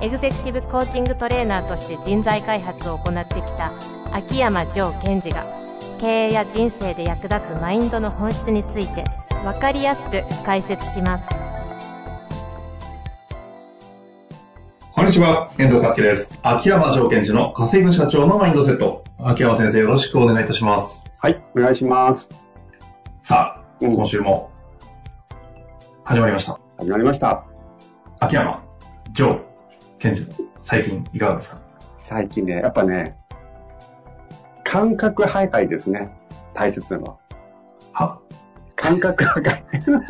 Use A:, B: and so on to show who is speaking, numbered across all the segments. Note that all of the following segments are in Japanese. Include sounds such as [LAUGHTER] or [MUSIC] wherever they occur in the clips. A: エグゼクティブコーチングトレーナーとして人材開発を行ってきた秋山城賢治が経営や人生で役立つマインドの本質について分かりやすく解説します
B: こんにちは、遠藤和樹です。秋山条件時の稼ぐ社長のマインドセット。秋山先生、よろしくお願いいたします。
C: はい、お願いします。
B: さあ、
C: うん
B: 今週も始まりました。
C: 始まりました。
B: 秋山城健治の最近いかがですか
C: 最近ね、やっぱね、感覚徘徊ですね。大切なのは。
B: は
C: 感覚徘徊。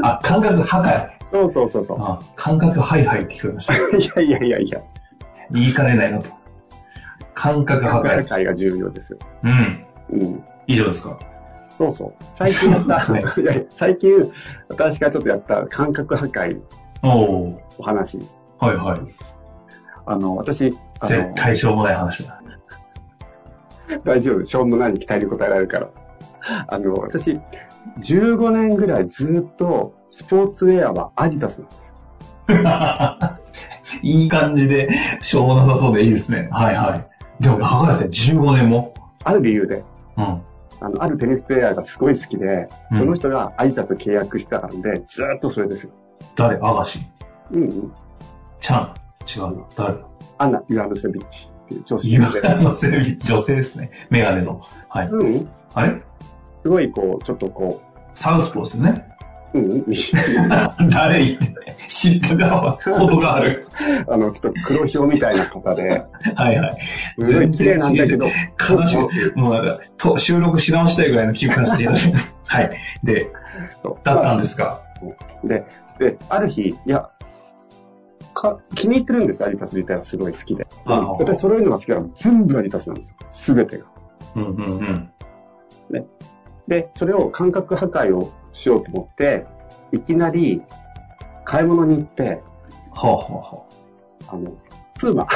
B: あ、感覚破壊。
C: [LAUGHS] そうそうそうそ
B: あ感覚ハイハイって聞こえました。
C: [LAUGHS] う。いやいやいやいや、
B: 言いかねないなと。感覚破
C: 感覚
B: 壊。
C: 徘徊が重要ですよ。
B: うん。
C: うん。
B: 以上ですか
C: そうそう。最近や [LAUGHS] った、
B: そうです
C: いやいや最近、私がちょっとやった感覚破壊
B: おー。
C: お話。
B: はいはい。
C: あの、私、あ
B: 絶
C: の、
B: 対しょうもない話だ。
C: 大丈夫。しょうもないに期待に応えられるから。あの、私、15年ぐらいずっとスポーツウェアはアディダスなんです
B: [LAUGHS]
C: よ
B: いい感じで、しょうもなさそうでいいですね。はいはい。でも、博士、15年も。
C: ある理由で。
B: うん。
C: あの、あるテニスプレイヤーがすごい好きで、
B: うん
C: その人がアイタと契約してたんで、ずーっとそれですよ。
B: 誰アガシ
C: うんうん。
B: ちゃん違うよ。誰
C: アナ・ユアヌセビッチっていう女
B: ユ
C: 性
B: ア
C: で。
B: のセビ女性ですね。メガネの。はい。
C: うんうん。
B: あれ
C: すごいこう、ちょっとこ
B: サウスポーですよね。 [LAUGHS]
C: う、うん [LAUGHS] うん。
B: 誰言ってない知った側、ことがある。
C: あの、ちょっと黒ひょうみたいな方で、
B: はいはい。
C: すごい綺麗なんだけど、
B: 悲しい。もうなんか、と収録し直したいぐらいの気分しています。 [LAUGHS] はい。で、
C: そう
B: だったんですか。
C: で、で、ある日、いや、か気に入ってるんですよ、アリタス自体はすごい好きで。
B: ああ
C: 私、揃えるのが好きだから、全部アリタスなんですよ。すべてが。
B: うんうんうん。
C: で、それを感覚破壊をしようと思って、いきなり買い物に行って、
B: ほうほうほう。
C: あの、プーマ。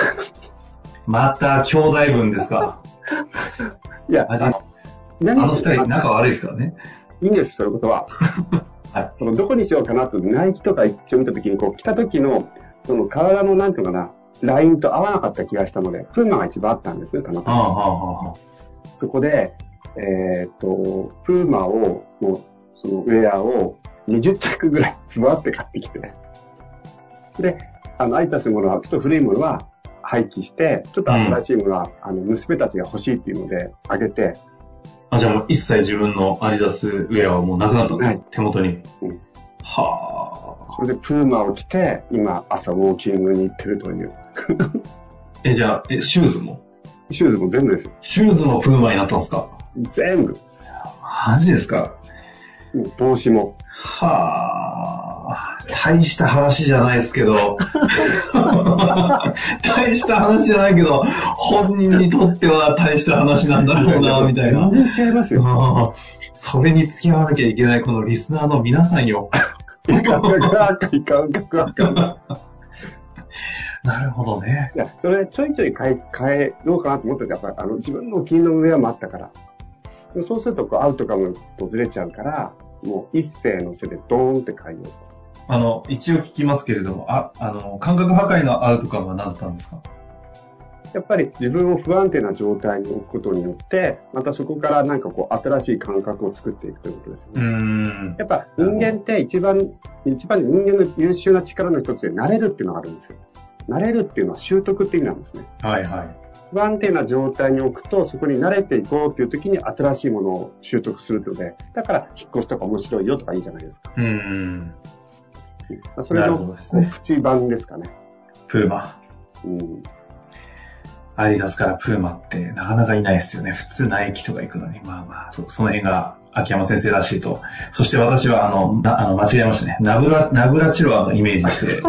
B: また、兄弟分ですか。
C: いや、
B: あ
C: あの
B: のあの二人、仲悪いですからね。
C: いいんです、そういうことは。
B: [LAUGHS] はい
C: そのどこにしようかなと、ナイキとか一応見たときに、こう、着た時の、その体の、なんていうのかな、ラインと合わなかった気がしたので、プーマが一番あったんですね、たまた
B: ああ、
C: ま。
B: ああ、ああ。
C: そこで、えーっと、プーマを、の、そのウェアを20着ぐらい、 [LAUGHS] ズバって買ってきて。で、あの、アイタスのものは、ちょっと古いものは廃棄して、ちょっと新しいものは、あの、娘たちが欲しいっていうので、あげて、
B: あ、じゃあもう一切自分のアディダスウェアはもうなくなったんですか、
C: は
B: 手元に
C: うん。
B: はあ。
C: それでプーマを着て、今、朝ウォーキングに行ってるという。
B: え、じゃあ、え、シューズも
C: シューズも全部ですよ。
B: シューズもプーマになったんですか
C: 全部。
B: マジですか
C: うん帽子も。
B: はあ。大した話じゃないですけ [LAUGHS] ど。大した話じゃないけど、本人にとっては大した話なんだろうな、みたいな。
C: 全然違いま
B: [LAUGHS]
C: すよ。
B: ああそれに付き合わなきゃいけないこのリスナーの皆さんよ。
C: 感覚が赤い、感覚が赤い。
B: [LAUGHS] なるほどね。
C: いや、それちょいちょい変え、変えようかなと思ってたやっぱあの、自分のお気に入りのウェアもあったから。でもそうすると、こう、アウトカムとずれちゃうから、もう一斉の背でドーンって変えようと。
B: あの、一応聞きますけれども、あ、あの、感覚破壊のアウトカムは何だったんですか
C: やっぱり自分を不安定な状態に置くことによって、またそこからなんかこう、新しい感覚を作っていくということですよね。
B: ん。
C: やっぱ人間って一番、一番人間の優秀な力の一つで慣れるっていうのがあるんですよ。慣れるっていうのは習得って意味なんですね。
B: はいはい。
C: 不安定な状態に置くと、そこに慣れていこうっていう時に新しいものを習得するので、だから引っ越しとか面白いよとかいいじゃないですか。
B: うん。
C: それ
B: なる
C: の
B: ほどですね
C: プチ版ですかね。
B: プーマ。
C: うん。
B: アディダスからプーマってなかなかいないですよね。普通ナイキとか行くのに。まあまあ、そその辺が秋山先生らしいと。そして私はあの、なあの間違えましたね。ナブラ、ナブラチロワのイメージ
C: [LAUGHS]
B: して、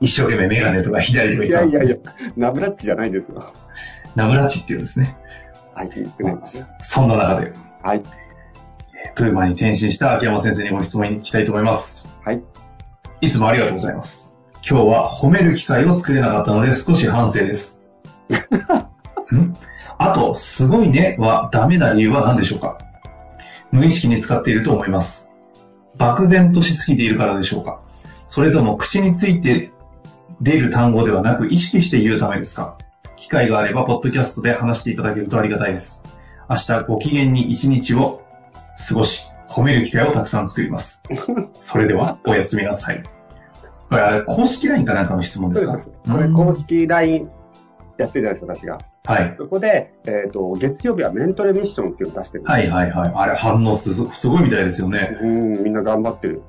B: 一生懸命メガネとか左とか
C: い
B: 言ってた
C: や
B: ん
C: い
B: です
C: や
B: け
C: い
B: ど
C: や、ナブラッチじゃないですよ。
B: ナブラチっていうんですね。
C: はい、言ってます。
B: そんな中で、
C: はい。
B: えープーマに転身した秋山先生にご質問に行きたいと思います。
C: はい。
B: いつもありがとうございます。今日は褒める機会を作れなかったので少し反省です。んあと、すごいねはダメな理由は何でしょうか無意識に使っていると思います。漠然としすぎているからでしょうかそれとも口について出る単語ではなく意識して言うためですか機会があれば、ポッドキャストで話していただけるとありがたいです。明日ご機嫌に一日を過ごし、褒める機会をたくさん作ります。それでは、おやすみなさい。これ、あれ公式 LINE かなんかの質問です
C: そう
B: か
C: です。これ公式 LINE やってるじゃないですか、私が。
B: はい。
C: そこで、えっ、と、月曜日はメントレミッションっていうのを出してるんです。
B: はいはいはい。あれ、反応すすごいみたいですよね。
C: うん、みんな頑張ってる。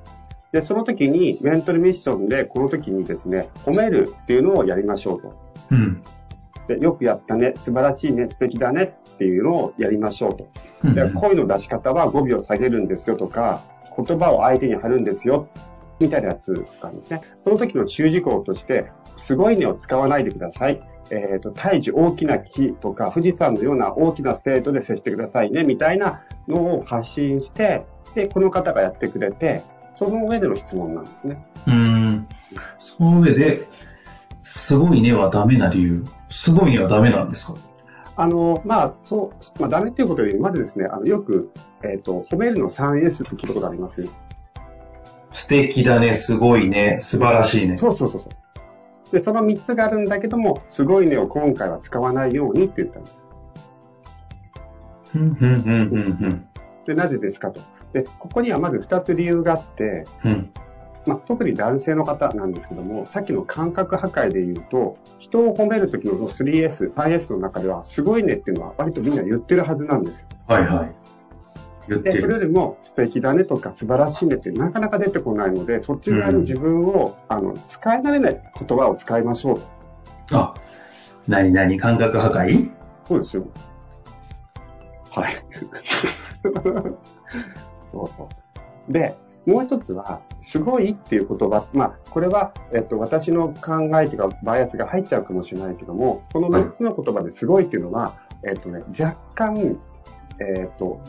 C: で、その時に、メントルミッションで、この時にですね、褒めるっていうのをやりましょうと。
B: うん。
C: で、よくやったね、素晴らしいね、素敵だねっていうのをやりましょうと。
B: うん
C: で、声の出し方は語尾を下げるんですよとか、言葉を相手に貼るんですよ、みたいなやつがあるんですね。その時の注意事項として、すごいねを使わないでください。えっ、と、大樹大きな木とか、富士山のような大きなステートで接してくださいね、みたいなのを発信して、で、この方がやってくれて、その上での質問なんですね。
B: うん。その上で、すごいねはダメな理由。すごいねはダメなんですか
C: あの、まあ、そう、まあ、ダメっていうことより、まずですね、あの、よく、えっ、と、褒めるの 3S って聞いたことあります
B: 素敵だね、すごいね、素晴らしいね。
C: そうそうそうそう。で、その3つがあるんだけども、すごいねを今回は使わないようにって言ったんです。
B: うん、うん、うん、うん
C: で、なぜですかと。で、ここにはまず2つ理由があって、
B: うん。うん。
C: まあ、特に男性の方なんですけども、さっきの感覚破壊で言うと、人を褒めるときのその 3S、3S の中では、すごいねっていうのは割とみんな言ってるはずなんですよ。
B: はいはい。言って
C: で、それ
B: る。
C: よりも素敵だねとか素晴らしいねってなかなか出てこないので、そっち側の自分を、あの、使い慣れない言葉を使いましょうと。
B: あ、なになに感覚破壊
C: そうですよ。はい。 [LAUGHS] そうそう。で、もう一つは、すごいっていう言葉、まあ、これは、えっと、私の考えというか、バイアスが入っちゃうかもしれないけども、この3つの言葉ですごいっていうのは、えっとね、若干、えっと、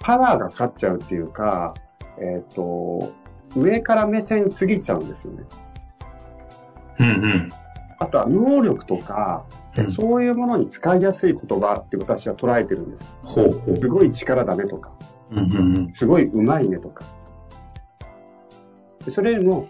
C: パワーがかかっちゃうっていうか、えっと、上から目線すぎちゃうんですよね。
B: うんうん。
C: あとは、能力とか、
B: うん
C: そういうものに使いやすい言葉って私は捉えてるんです。
B: ほうほう。
C: すごい力だねとか、
B: うんうんうん。
C: すごい上手いねとか。でそれよりも、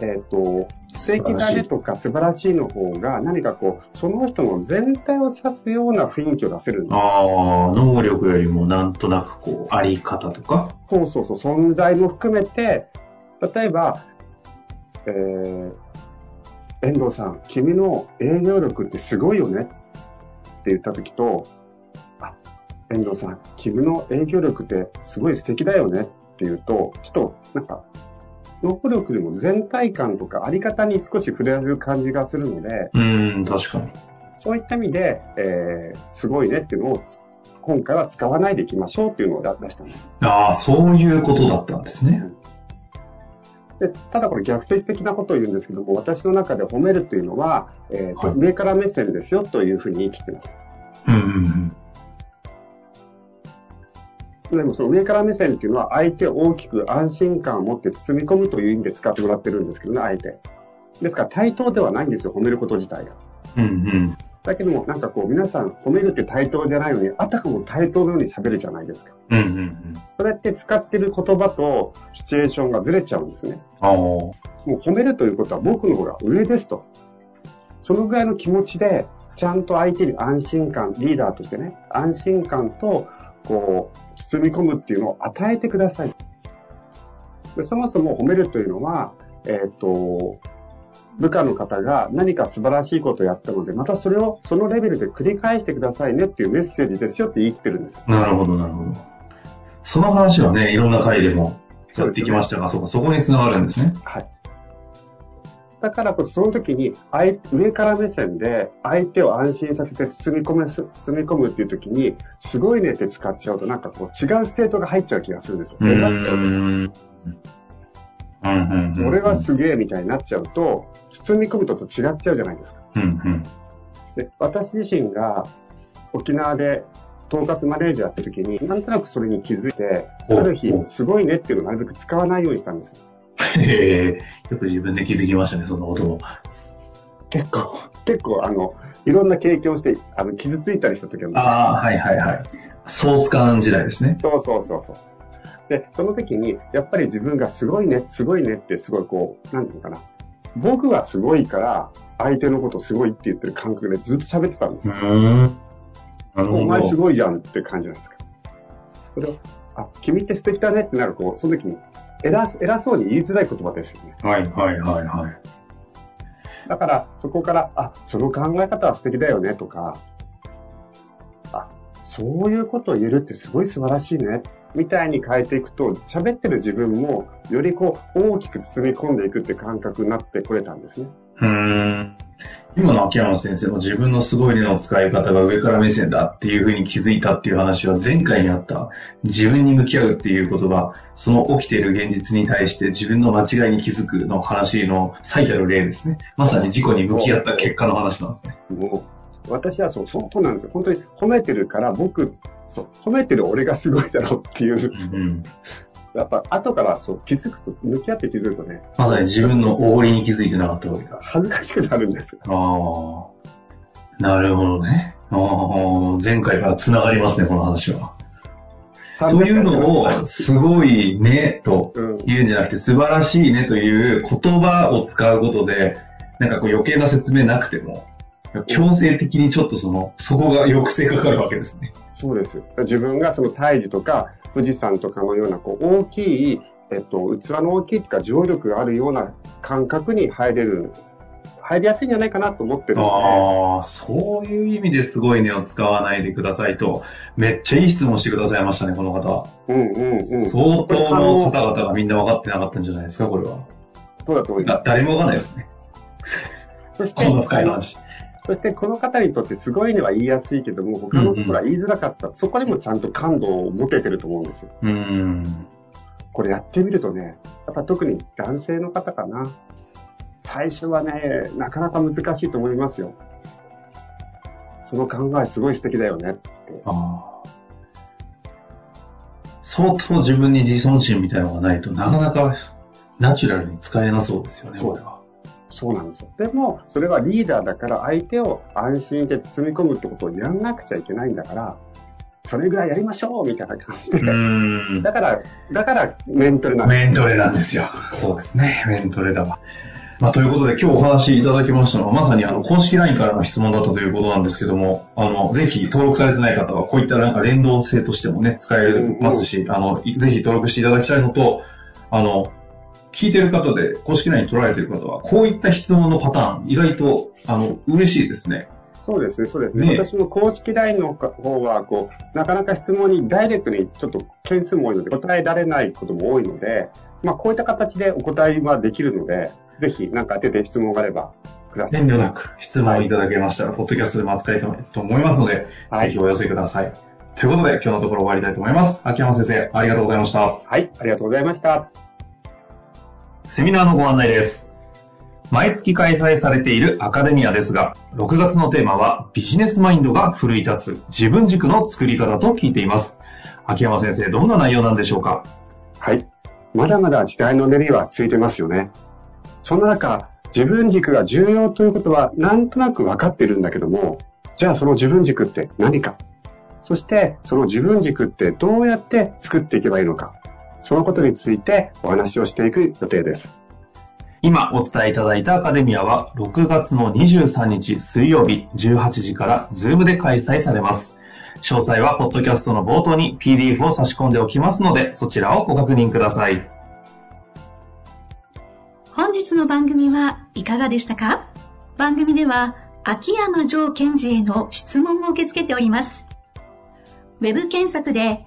C: えっ、と、素敵だねとか素晴らしいの方が、何かこう、その人の全体を指すような雰囲気を出せるんです。
B: ああ、能力よりもなんとなくこう、あり方とか。
C: そうそうそう、存在も含めて、例えば、えー、遠藤さん、君の営業力ってすごいよねって言った時と、あ、遠藤さん、君の営業力ってすごい素敵だよねって言うと、ちょっとなんか、能力よりも全体感とかあり方に少し触れる感じがするので、
B: うーん、確かに。
C: そういった意味で、えー、すごいねっていうのを今回は使わないでいきましょうっていうのを出出したんです。
B: ああ、そういうことだったんですね。
C: でただこれ逆説的なことを言うんですけども、私の中で褒めるというのは、えーと
B: はい
C: 上から目線ですよというふうに言い切ってます。
B: うんうん
C: でもその上から目線っていうのは相手を大きく安心感を持って包み込むという意味で使ってもらってるんですけどね、相手。ですから対等ではないんですよ、褒めること自体が。
B: うん。うんうん。
C: だけども、なんかこう皆さん褒めるって対等じゃないのに、あたかも対等のように喋るじゃないですか。
B: うんうんうん。
C: それって使ってる言葉とシチュエーションがずれちゃうんですね。
B: ああ、
C: もう褒めるということは僕の方が上ですと。そのぐらいの気持ちで、ちゃんと相手に安心感、リーダーとしてね、安心感と、こう、包み込むっていうのを与えてください。でそもそも褒めるというのは、えっ、と、部下の方が何か素晴らしいことをやったので、またそれをそのレベルで繰り返してくださいねっていうメッセージですよって言い切ってるんです。
B: なるほど、なるほど。その話はね、いろんな回でもやってきましたが、そうか、そこにつながるんですね。
C: はい。だからこそ、その時に、相手上から目線で、相手を安心させて包み込めす、包み込むっていう時に、すごいねって使っちゃうと、なんかこう、違うステートが入っちゃう気がするんですよ。
B: うーん。うんうんうん。
C: 俺はすげえみたいになっちゃうと、包み込むとと違っちゃうじゃないですか。
B: [LAUGHS] うんうん。
C: で私自身が沖縄で統括マネージャーやった時に、なんとなくそれに気づいて、あ
B: お
C: る日
B: お、
C: すごいねっていうのをなるべく使わないようにしたんですよ。
B: えー、よく自分で気づきましたね、そんなことを。
C: 結構、結構、あの、いろんな経験をして、あの、傷ついたりした時は、
B: ああ、はいはいはい。ソース感時代ですね。
C: そうそうそうそう。で、その時に、やっぱり自分がすごいね、すごいねって、すごいこう、なんていうのかな。僕がすごいから、相手のことすごいって言ってる感覚でずっと喋ってたんです
B: う
C: よ。
B: ーん。なる
C: お前す
B: ほど。
C: ごいじゃんって感じなんですか。それを、あ、君って素敵だねってなる、こう、その時に、偉、偉そうに言いづらい言葉ですよね。
B: はいはいはいはい。
C: だから、そこから、あ、その考え方は素敵だよねとか、あ、そういうことを言えるってすごい素晴らしいね、みたいに変えていくと、喋ってる自分も、よりこう、大きく包み込んでいくって感覚になってくれたんですね。
B: うーん。今の秋山先生も自分のすごい例の使い方が上から目線だっていうふうに気づいたっていう話は前回にあった自分に向き合うっていう言葉、その起きている現実に対して自分の間違いに気づくの話の最たる例ですね。まさに事故に向き合った結果の話なんですね。
C: もう、私はそう、そうなんですよ。本当に褒めてるから、僕、そう、褒めてる俺がすごいだろうっていう、
B: うん。
C: やっぱ後からそう気づくと、向き合って気づくとね、
B: まさに自分のおごりに気づいてなかったわけだ。
C: 恥ずかしくなるんですよ。
B: ああ、なるほどね。あー前回から繋がりますね、この話は。というのを、すごいね、と
C: うん
B: 言うんじゃなくて、素晴らしいねという言葉を使うことで、なんかこう余計な説明なくても、強制的にちょっとその、そこが抑制かかるわけですね。
C: そうです。自分がその大樹とか富士山とかのようなこう大きい、えっと、器の大きいとか情力があるような感覚に入れる、入りやすいんじゃないかなと思ってるの
B: ああ、そういう意味ですごいねを使わないでくださいと、めっちゃいい質問してくださいましたね、この方。
C: で、うんうんうん。そう
B: 相当の方々がみんな分かってなかったんじゃないですか、これは。
C: だと思いま
B: だ誰もわかんないですね。
C: す。そして、
B: こんな深い
C: あの
B: 話。
C: そしてこの方にとってすごいのは言いやすいけども、他のことは言いづらかった。そこにもちゃんと感動を持ててると思うんですよ。
B: うん。
C: これやってみるとね、やっぱ特に男性の方かな。最初はね、なかなか難しいと思いますよ。その考えすごい素敵だよねって。
B: あー相当自分に自尊心みたいなのがないとなかなかナチュラルに使えなそうですよね、
C: そう
B: これは。
C: そうなんですよ。でも、それはリーダーだから相手を安心で包み込むってことをやんなくちゃいけないんだから、それぐらいやりましょうみたいな感じで。
B: うん。
C: だから、だからメントルなんです。
B: メントレなんですよ。そうですね、メントレだわ。まあ、ということで今日お話いただきましたのは、まさにあの、公式 LINE からの質問だったということなんですけども、あの、ぜひ登録されてない方は、こういったなんか連動性としてもね、使えますし、あの、いぜひ登録していただきたいのと、あの、聞いてる方で、公式 LINE に取られてる方は、こういった質問のパターン、意外と、あの、嬉しいですね。
C: そうですね、そうですね。
B: ねえ
C: 私も公式 LINE の方は、こう、なかなか質問にダイレクトにちょっと件数も多いので、答えられないことも多いので、まあ、こういった形でお答えはできるので、ぜひ、なんか当てて質問があればください。
B: 遠慮なく質問いただけましたら、ポッドキャストでも扱いたいと思いますので、
C: はい
B: ぜひお寄せください。ということで、今日のところ終わりたいと思います。秋山先生、ありがとうございました。
C: はい、ありがとうございました。
B: セミナーのご案内です。毎月開催されているアカデミアですが、6月のテーマはビジネスマインドが奮い立つ自分軸の作り方と聞いています。秋山先生、どんな内容なんでしょうか
C: はい。まだまだ時代の練りはついてますよね。そんな中、自分軸が重要ということはなんとなく分かってるんだけども、じゃあその自分軸って何かそしてその自分軸ってどうやって作っていけばいいのかそのことについてお話をしていく予定です。
B: 今お伝えいただいたアカデミアは6月の23日水曜日18時から Zoom で開催されます。詳細はポッドキャストの冒頭に PDF を差し込んでおきますので、そちらをご確認ください。
D: 本日の番組はいかがでしたか番組では秋山城賢治への質問を受け付けております。ウェブ検索で